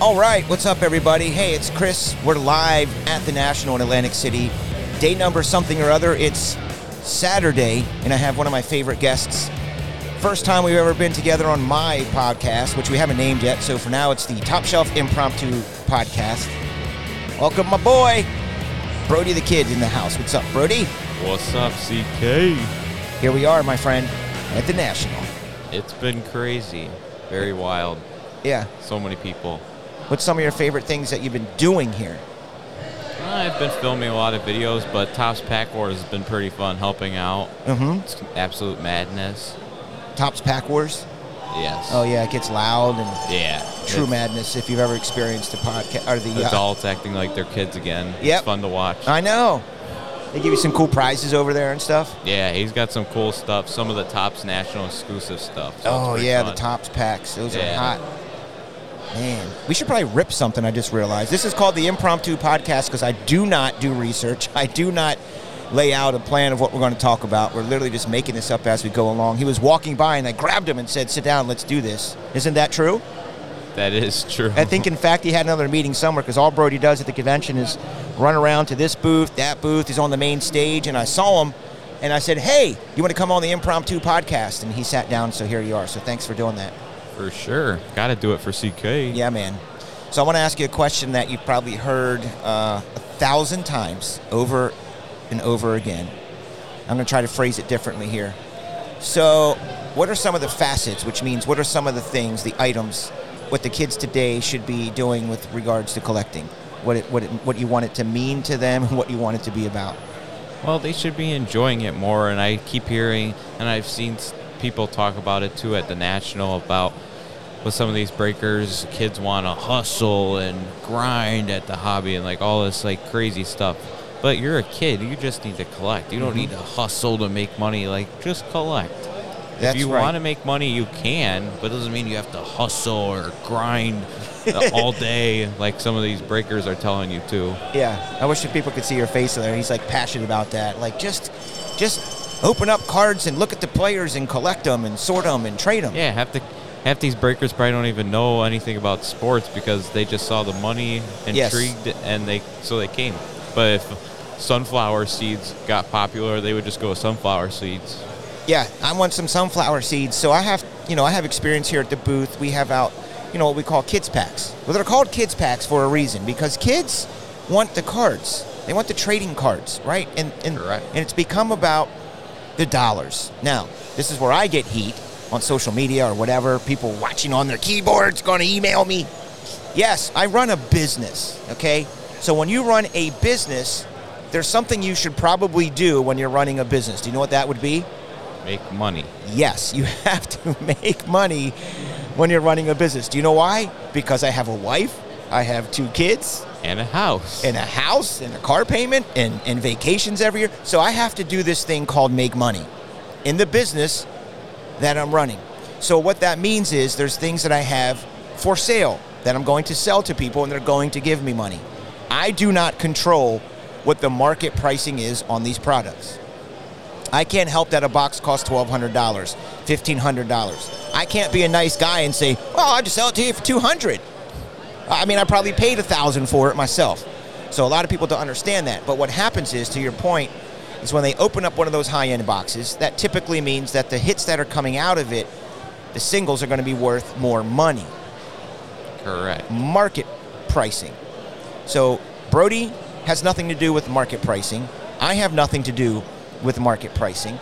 All right, what's up, everybody? Hey, it's Chris. We're live at the National in Atlantic City. Day number something or other. It's Saturday, and I have one of my favorite guests. First time we've ever been together on my podcast, which we haven't named yet. So for now, it's the Top Shelf Impromptu Podcast. Welcome, my boy, Brody the Kid, in the house. What's up, Brody? What's up, CK? Here we are, my friend, at the National. It's been crazy. Very wild. Yeah. So many people. What's some of your favorite things that you've been doing here? I've been filming a lot of videos, but Tops Pack Wars has been pretty fun helping out. Mm-hmm. It's absolute madness. Tops Pack Wars. Yes. Oh yeah, it gets loud and yeah. true it's, madness if you've ever experienced the podcast or the. Uh, Adults acting like they're kids again. Yep. Uh. It's fun to watch. I know. They give you some cool prizes over there and stuff. Yeah, he's got some cool stuff. Some of the Tops National exclusive stuff. so it's oh pretty yeah, the fun. tops packs. Those Yeah. are hot. Man, we should probably rip something. I just realized this is called the impromptu podcast because I do not do research. I do not lay out a plan of what we're going to talk about. We're literally just making this up as we go along. He was walking by and I grabbed him and said, "Sit down, let's do this." Isn't that true? That is true. I think, in fact, he had another meeting somewhere because all Brody does at the convention is run around to this booth, that booth. He's on the main stage, and I saw him, and I said, "Hey, you want to come on the impromptu podcast?" And he sat down, so here you are. So thanks for doing that. for sure. Got to do it for CK. Yeah, man. So I want to ask you a question that you've probably heard uh, a thousand times over and over again. I'm going to try to phrase it differently here. So, what are some of the facets, which means what are some of the things, the items, what the kids today should be doing with regards to collecting? What it, what it, what you want it to mean to them, and what you want it to be about. Well, they should be enjoying it more, and I keep hearing, and I've seen s- people talk about it too at the national about with some of these breakers, kids want to hustle and grind at the hobby and like all this like crazy stuff. But you're a kid; you just need to collect. You Mm-hmm. don't need to hustle to make money. Like just collect. That's if you right. want to make money, you can, but it doesn't mean you have to hustle or grind uh, all day like some of these breakers are telling you to. Yeah, I wish that people could see your face there. He's like passionate about that. Like just, just open up cards and look at the players and collect them and sort them and trade them. Yeah, half the half these breakers probably don't even know anything about sports because they just saw the money, Yes. intrigued, and they so they came. But if sunflower seeds got popular, they would just go with sunflower seeds. Yeah, I want some sunflower seeds. So I have, you know, I have experience here at the booth. We have out, you know, what we call kids packs. Well, they're called kids packs for a reason because kids want the cards. They want the trading cards, right? And and Correct. and it's become about the dollars. Now, this is where I get heat on social media or whatever. People watching on their keyboards going to email me. Yes, I run a business, okay? So when you run a business, there's something you should probably do when you're running a business. Do you know what that would be? Make money. Yes, you have to make money when you're running a business. Do you know why? Because I have a wife, I have two kids, And a house. and a house, and a car payment, and, and vacations every year. So I have to do this thing called make money in the business that I'm running. So what that means is there's things that I have for sale that I'm going to sell to people and they're going to give me money. I do not control what the market pricing is on these products. I can't help that a box costs twelve hundred dollars, fifteen hundred dollars. I can't be a nice guy and say, "Well, I'll just sell it to you for two hundred. I mean, I probably paid a thousand for it myself. So a lot of people don't understand that. But what happens is, to your point, is when they open up one of those high-end boxes, that typically means that the hits that are coming out of it, the singles are going to be worth more money Correct. market pricing. So Brody has nothing to do with market pricing. I have nothing to do with market pricing.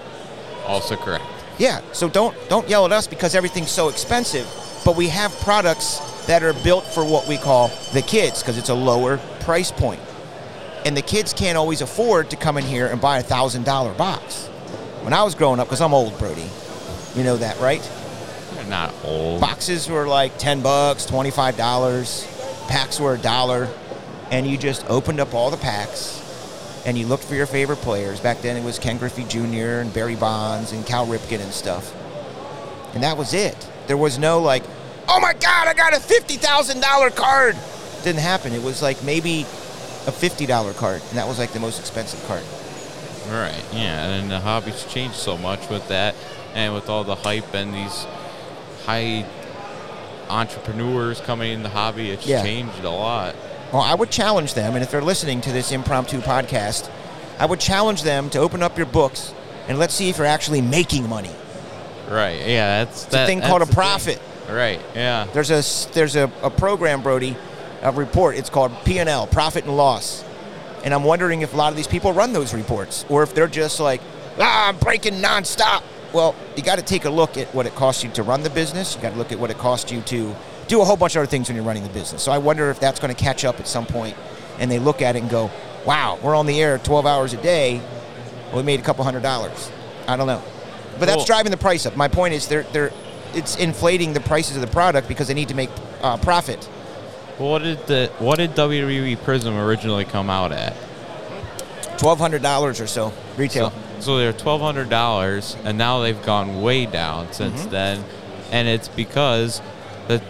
Also correct. Yeah, so don't don't yell at us because everything's so expensive, but we have products that are built for what we call the kids because it's a lower price point. And the kids can't always afford to come in here and buy a $1000 box. When I was growing up because I'm old, Brody. You know that, right? They're not old. boxes were like 10 bucks, $25. Packs were a dollar. And you just opened up all the packs and you looked for your favorite players. Back then it was Ken Griffey Jr. and Barry Bonds and Cal Ripken and stuff. And that was it. There was no like, oh my God, I got a $50,000 card. Didn't happen. It was like maybe a $50 card. And that was like the most expensive card. Right. Yeah, and the hobby's changed so much with that, and with all the hype and these high entrepreneurs coming in the hobby. It's Yeah. changed a lot. Well, I would challenge them, and if they're listening to this impromptu podcast, I would challenge them to open up your books and let's see if you're actually making money. Right. Yeah. That's It's a thing called a that's the profit. thing. Right. Yeah. There's a s- there's a, a program, Brody, a report. It's called P and L, profit and loss. And I'm wondering if a lot of these people run those reports, or if they're just like, ah, I'm breaking nonstop. Well, you got to take a look at what it costs you to run the business. You got to look at what it costs you to do a whole bunch of other things when you're running the business. So I wonder if that's going to catch up at some point, and they look at it and go, Wow, we're on the air 12 hours a day. We made a couple hundred dollars. I don't know, but that's Well- driving the price up. My point is, they're they're it's inflating the prices of the product because they need to make uh, profit. Well, what did the what did WWE Prism originally come out at? Twelve hundred dollars or so retail. So, so they're twelve hundred dollars, and now they've gone way down since then, and it's because the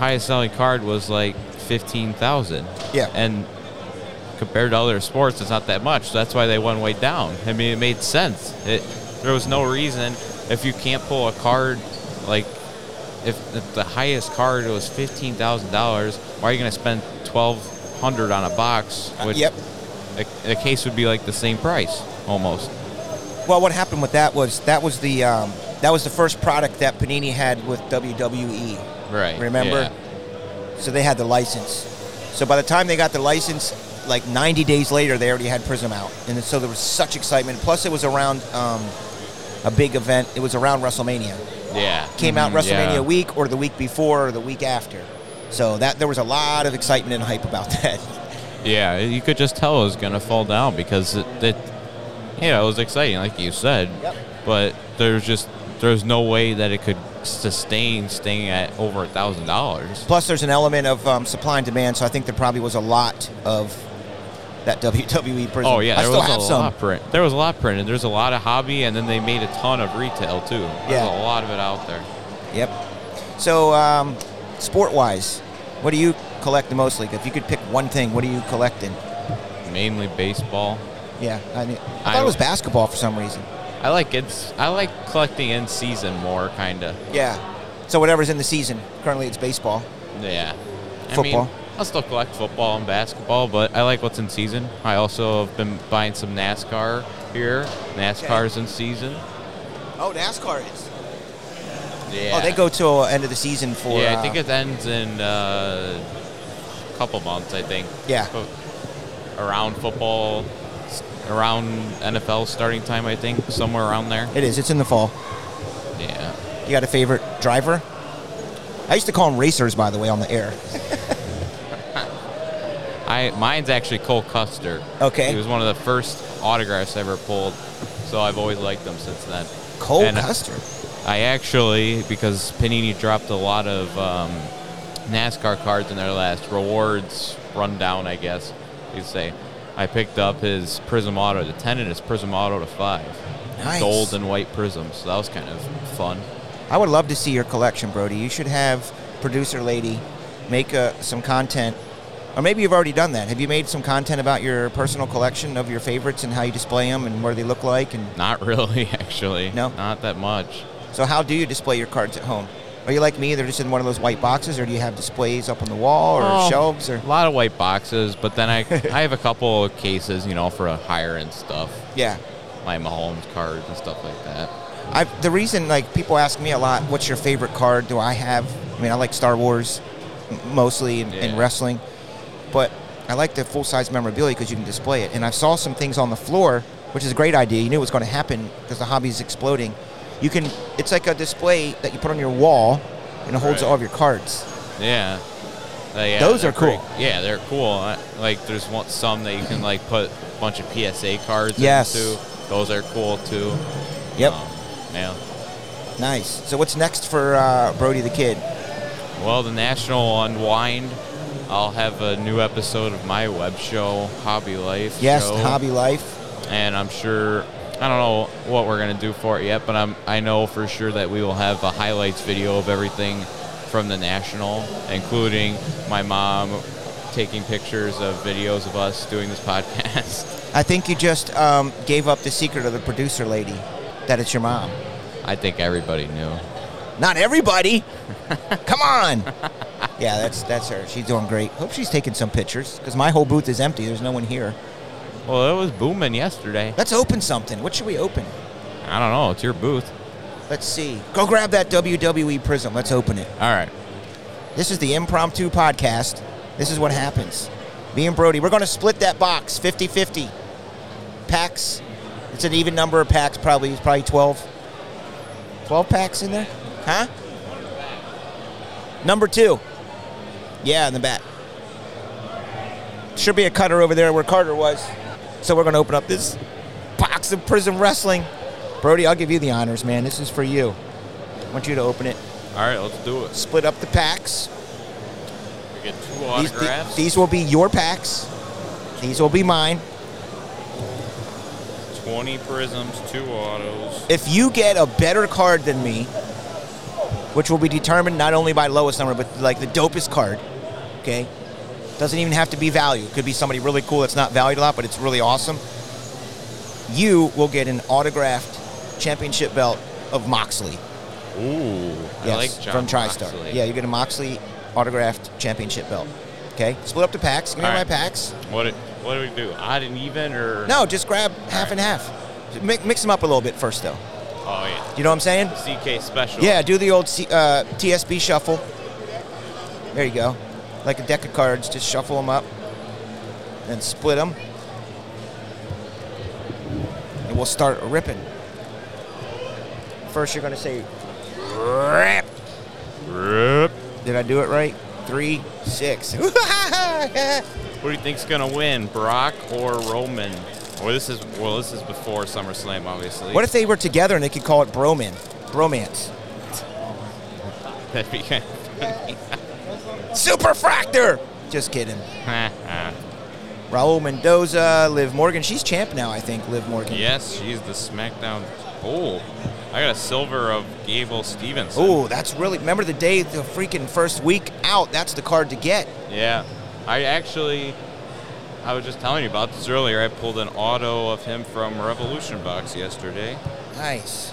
highest selling card was like fifteen thousand. Yeah. and compared to other sports, it's not that much. That's why they went way down. I mean, it made sense. It there was no reason if you can't pull a card like if, if the highest card was fifteen thousand dollars, why are you going to spend twelve hundred on a box? Uh, yep. A, a case would be like the same price almost. Well, what happened with that was that was the um, that was the first product that Panini had with WWE. Right. Remember? So they had the license. So by the time they got the license, like 90 days later, they already had Prism out, and so there was such excitement. Plus, it was around um, a big event. It was around WrestleMania. Yeah. yeah. came out Mhm, WrestleMania yeah. week or the week before or the week after. So that there was a lot of excitement and hype about that. Yeah, you could just tell it was going to fall down because it, it, you know, it was exciting, like you said. Yep. But there's just there's no way that it could sustain staying at over a thousand dollars. Plus, there's an element of um, supply and demand, so I think there probably was a lot of that WWE prison. Oh yeah, I there still was have a some. lot print. There was a lot printed. There's a lot of hobby, and then they made a ton of retail too. There's Yeah. a lot of it out there. Yep. So, um, sport-wise, what do you collect mostly? If you could pick one thing, what are you collecting? Mainly baseball. Yeah, I, mean, I thought I- it was basketball for some reason. I like it's. I like collecting in season more, kind of. Yeah. So whatever's in the season. Currently, it's baseball. Yeah. I Football. mean, I'll still collect football and basketball, but I like what's in season. I also have been buying some NASCAR here. NASCAR's in season. Oh, NASCAR is. Yeah. Oh, they go till end of the season for. yeah, I uh, think it ends in uh, a couple months, I think. Yeah. But around football, s- around NFL starting time, I think, somewhere around there. It is. It's in the fall. Yeah. You got a favorite driver? I used to call them racers, by the way, on the air. I mine's actually Cole Custer. Okay. He was one of the first autographs I ever pulled, so I've always liked him since then. Cole And uh, Custer. I actually because Panini dropped a lot of um, NASCAR cards in their last rewards rundown, I guess you'd say. I picked up his Prism Auto, the ten and his Prism Auto to five, Nice. gold and white Prism. So that was kind of fun. I would love to see your collection, Brody. You should have producer lady make uh, some content, or maybe you've already done that. Have you made some content about your personal collection of your favorites and how you display them and where they look like? And Not really, actually. No? Not that much. so, how do you display your cards at home? Are you like me? They're just in one of those white boxes, or do you have displays up on the wall or Oh, shelves? Or a lot of white boxes, but then I I have a couple of cases, you know, for a higher end stuff, yeah, my Mahomes cards and stuff like that. I, the reason like people ask me a lot, what's your favorite card? Do I have? I mean, I like Star Wars m- mostly and, and Yeah. wrestling, but I like the full size memorabilia because you can display it. And I saw some things on the floor, which is a great idea. You knew it was going to happen because the hobby's exploding. You can. It's like a display that you put on your wall, and it holds Right. all of your cards. Yeah. They- yeah, Those they're are cool. pretty- yeah, they're cool. I- Like there's one, some that you can like put a bunch of PSA cards Yes. into. Those are cool too. Yep. Um, yeah. Nice. So what's next for uh, Brody the Kid? Well, the national unwind. I'll have a new episode of my web show, Hobby Life. Yes, show. the hobby life. and I'm sure I don't know what we're gonna do for it yet, but I'm I know for sure that we will have a highlights video of everything from the national, including my mom taking pictures of videos of us doing this podcast. I think you just um, gave up the secret of the producer lady, that it's your mom. I think everybody knew. Not everybody. Come on. Yeah, that's that's her. She's doing great. Hope she's taking some pictures because my whole booth is empty. There's no one here. Well, it was booming yesterday. Let's open something. What should we open? I don't know. It's your booth. Let's see. Go grab that WWE prism. Let's open it. All right. This is the impromptu podcast. This is what happens. Me and Brody, we're going to split that box 50 50. Packs. It's an even number of packs, probably. It's probably 12. 12 packs in there? Huh? Number two. Yeah, in the back. Should be a cutter over there where Carter was. So we're going to open up this box of Prism Wrestling. Brody, I'll give you the honors, man. This is for you. I want you to open it. All right, let's do it. Split up the packs. We get two These, the- autographs. these will be your packs. These will be mine. 20 prisms, two autos. If you get a better card than me, which will be determined not only by lowest number, but like the dopest card, okay? Doesn't even have to be value. It could be somebody really cool that's not valued a lot, but it's really awesome. You will get an autographed championship belt of Moxley. Ooh, I like John from TriStar. Moxley. Yeah, you get a Moxley autographed championship belt. Okay, split up the packs. Give me All my right. packs. What do, what do we do? Odd and even or No, just grab half and half. Mix, mix them up a little bit first, though. Oh You know what I'm saying? yeah, CK special. Yeah, do the old C- uh, TSB shuffle. There you go. Like a deck of cards, just shuffle them up and split them. And we'll start ripping. First, you're going to say, rip. Rip. Did I do it right? Three, six. Who do you think's gonna win, Brock or Roman? Well, this is well, this is before SummerSlam, obviously. what if they were together and they could call it broman? Bromance. That'd be kind of- Superfractor! Just kidding. Raul Mendoza, Liv Morgan. She's champ now, I think, Liv Morgan. yes, she's the SmackDown. Oh, I got a silver of Gable Stevenson. Oh, that's really. Remember the day, the freaking first week out. That's the card to get. Yeah, I actually, I was just telling you about this earlier. I pulled an auto of him from Revolution Box yesterday. Nice.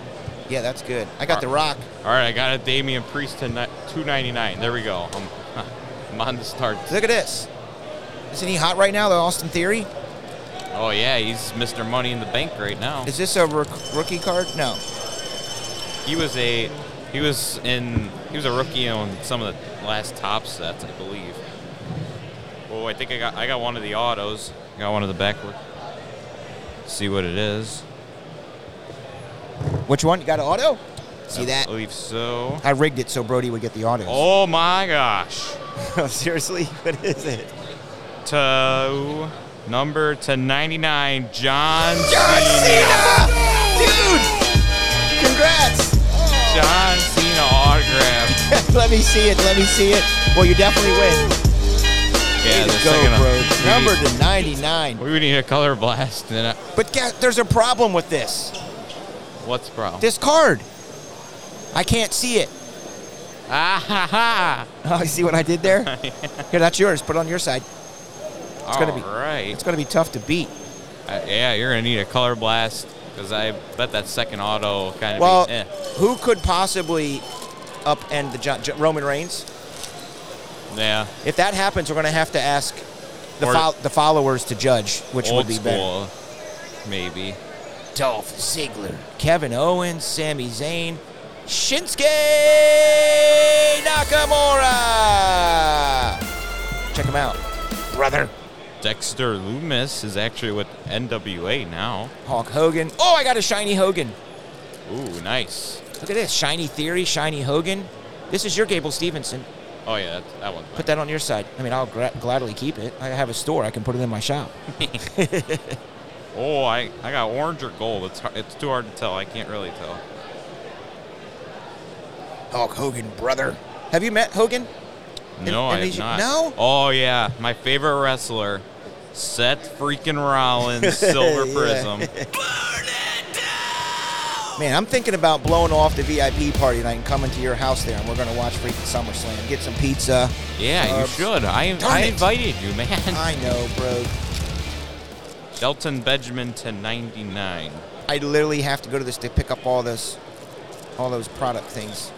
Yeah, that's good. I got the Rock. All right, I got a Damian Priest to ni- 299. There we go. I'm, I'm on the start. Look at this. Isn't he hot right now? The Austin Theory. Oh yeah, he's Mr. Money in the Bank right now. Is this a rook- rookie card? No. He was a, he was in, he was a rookie on some of the last top sets, I believe. Oh, I think I got, I got one of the autos. I got one of the backward. See what it is. Which one? You got an auto? See I that? believe so. I rigged it so Brody would get the autos. Oh my gosh. seriously? What is it? to number to 99, John John Cena. Cena! Dude! Congrats! John Cena autograph. let me see it. Let me see it. Well, you definitely win. Yeah, Way the to go, second bro. we Number need- to 99. We would need a color blast. And uh, But ga- there's a problem with this. what's the problem? This card. I can't see it. ah ha ha! Oh, you see what I did there? Here, that's yours. Put it on your side. It's gonna be- right. It's going to be tough to beat. Uh, yeah, you're gonna need a color blast because I bet that second auto kind of. Well, eh. who could possibly upend the John, Jo- Roman Reigns? yeah, If that happens, we're going to have to ask the, Or- fol- the followers to judge which old would be better. school, maybe. Dolph Ziggler, Kevin Owens, Sami Zayn, Shinsuke Nakamura. Check him out, brother. Dexter Loomis is actually with NWA now. Hulk Hogan. Oh, I got a shiny Hogan. Ooh, nice. Look at this, shiny Theory, shiny Hogan. This is your Gable Stevenson. Oh yeah, that, that one's Put that on your side. I mean, I'll gra- gladly keep it. I have a store. I can put it in my shop. Oh, I, I got orange or gold. It's hard, it's too hard to tell. I can't really tell. Hulk Hogan, brother. Have you met Hogan? No, and I have these- not. no? Oh yeah, my favorite wrestler, Seth freaking Rollins, Silver Yeah. Prism. Man, I'm thinking about blowing off the VIP party tonight and coming to your house there, and we're gonna watch freaking SummerSlam, get some pizza. Yeah, you Carbs. should. I Uh, Darn I it. invited you, man. I know, bro. Delton Benjamin to 99. I literally have to go to this to pick up all those, all those product things.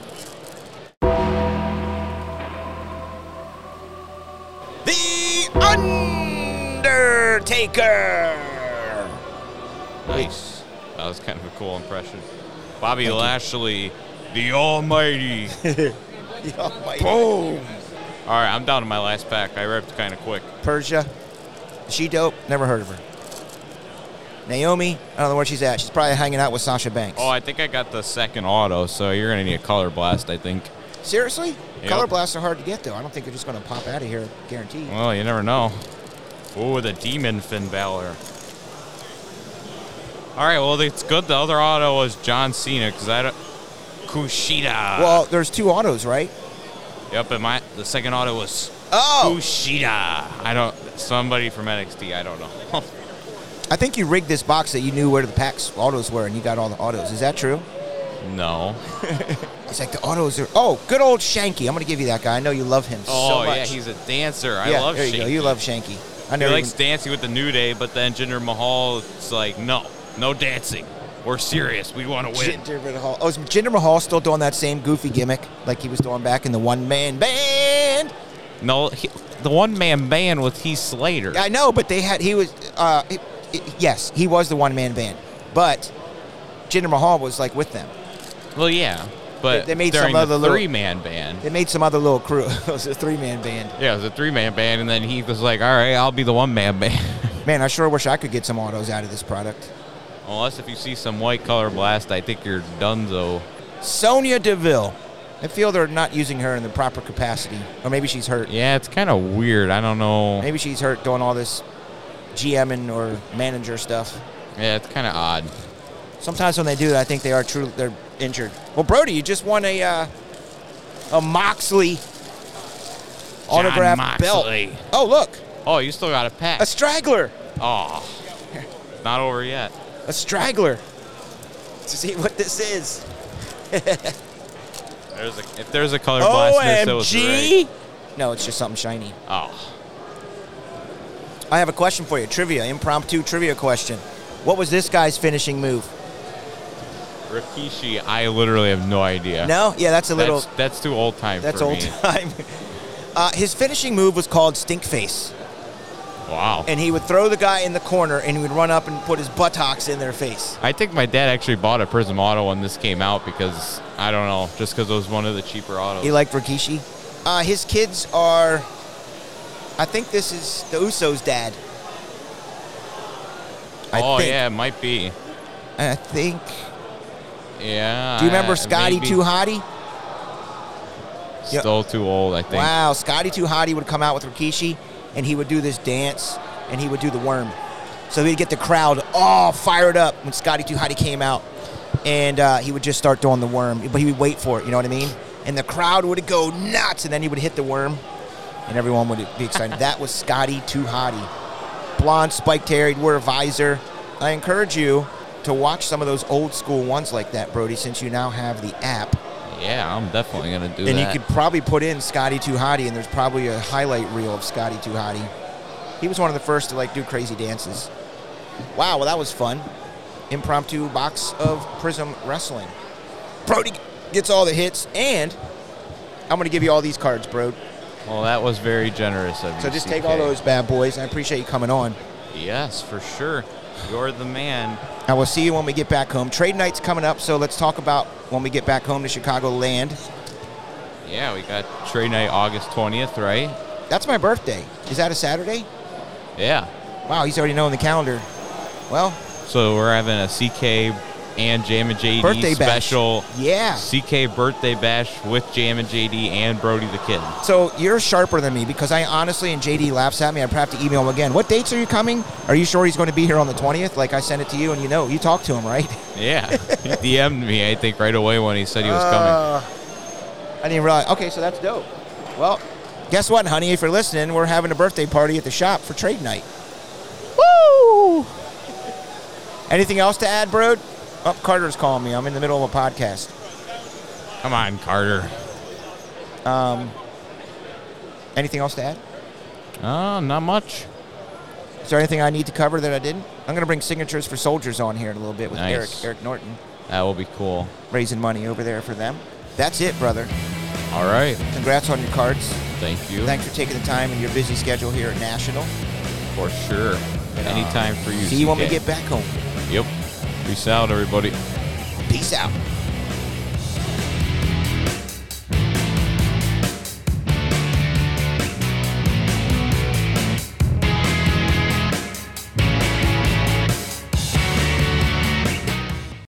Undertaker. Nice. That was kind of a cool impression. Bobby Lashley, the Almighty. The Almighty. Boom. All right, I'm down to my last pack. I ripped kind of quick. Persia. She dope. Never heard of her. Naomi. I don't know where she's at. She's probably hanging out with Sasha Banks. Oh, I think I got the second auto, so you're gonna need a color blast, I think. Seriously? Yep. Color blasts are hard to get though. I don't think they're just going to pop out of here guaranteed. Well, you never know. Ooh, the demon Finn Balor. All right, well, it's good. The other auto was John Cena because I don't. Kushida. Well, there's two autos, right? Yep, and my the second auto was Oh, Kushida. I don't. Somebody from NXT. I don't know. I think you rigged this box that you knew where the packs autos were, and you got all the autos. Is that true? no. It's like the autos are. Oh, good old Shanky. I'm going to give you that guy. I know you love him Oh so much. yeah, he's a dancer. I Yeah, love. there you go. shaking. You love Shanky. I He never. likes even- dancing with the New Day, but then Jinder Mahal is like, no, no dancing. We're serious. We want to win. Jinder Mahal. Oh, is Jinder Mahal still doing that same goofy gimmick like he was doing back in the one man band? No, he, the one man band with Heath Slater. I know, but they had he was uh, it- it- yes, he was the one man band, but Jinder Mahal was like with them. Well, yeah, but They- they made during some the other little- three man band. They made some other little crew. it was a three man band. Yeah, it was a three man band, and then Heath was like, all right, I'll be the one man band. Man, I sure wish I could get some autos out of this product. Unless if you see some white color blast, I think you're donezo. Sonia Deville. I feel they're not using her in the proper capacity, or maybe she's hurt. Yeah, it's kind of weird. I don't know. Maybe she's hurt doing all this GMing or manager stuff. Yeah, it's kind of odd. Sometimes when they do that, I think they are true. They're injured. Well, Brody, you just won a uh, a Moxley autograph Moxley. belt. Oh, look, Oh, you still got a pack. a straggler, Oh, not over yet. a straggler. To see what this is. There's a, if there's a color blast, in this, it was right. OMG! No, it's just something shiny. Oh. I have a question for you. Trivia, impromptu trivia question. What was this guy's finishing move? Rikishi, I literally have no idea. No, yeah, that's a that's, little. that's too old time That's for old me. time. Uh, his finishing move was called Stink Face. Wow. and he would throw the guy in the corner and he would run up and put his buttocks in their face. I think my dad actually bought a Prism auto when this came out because I don't know, just because it was one of the cheaper autos. He liked Rikishi. Uh, his kids are, I think this is the Usos' dad. I oh think, yeah, it might be. I think. Yeah. Do you remember I- Scotty Uh, maybe. Too Hottie? Yeah. Still too old, I think. Wow, Scotty Too Hottie would come out with Rikishi and he would do this dance and he would do the worm. So he'd get the crowd all fired up when Scotty Too Hottie came out. And uh, he would just start doing the worm, but he would wait for it, you know what I mean? And the crowd would go nuts and then he would hit the worm and everyone would be excited. that was Scotty Too Hottie. Blonde, spiked hair, he'd wear a visor. I encourage you to watch some of those old school ones like that, Brody, since you now have the app. Yeah, I'm definitely gonna do And that. you could probably put in Scotty Too Hottie, and there's probably a highlight reel of Scotty Too Hottie. He was one of the first to like do crazy dances. Wow, well that was fun. Impromptu box of Prism Wrestling. Brody gets all the hits, and I'm gonna give you all these cards, bro. well, that was very generous of you. So just CK. take all those bad boys. I appreciate you coming on. Yes, for sure. You're the man. I will see you when we get back home. Trade night's coming up, so let's talk about when we get back home to Chicago land. Yeah, we got trade night August 20th, right? That's my birthday. Is that a Saturday? Yeah. Wow, he's already knowing the calendar. Well, So we're having a CK and Jam and JD Birthday bash. special yeah. CK birthday bash with Jam and JD and Brody the Kid. So you're sharper than me because I honestly, and JD laughs at me, I'd probably have to email him again. What dates are you coming? Are you sure he's going to be here on the 20th? Like I sent it to you and you know, you talked to him, right? Yeah, he DM'd me I think right away when he said he was coming. Uh, I didn't realize. Okay, so that's dope. Well, guess what, honey? If you're listening, we're having a birthday party at the shop for trade night. Woo! Anything else to add, Brode? Oh, Carter's calling me. I'm in the middle of a podcast. Come on, Carter. Anything else to add? Oh, not much. Is there anything I need to cover that I didn't? I'm going to bring signatures for soldiers on here in a little bit with Nice. Eric, Eric Norton. That will be cool. raising money over there for them. That's it, brother. All right, Congrats on your cards. Thank you. Thanks for taking the time in your busy schedule here at National. For sure. Anytime for you. Uh, See you when we CK. get back home. Yep. Peace out, everybody. Peace out.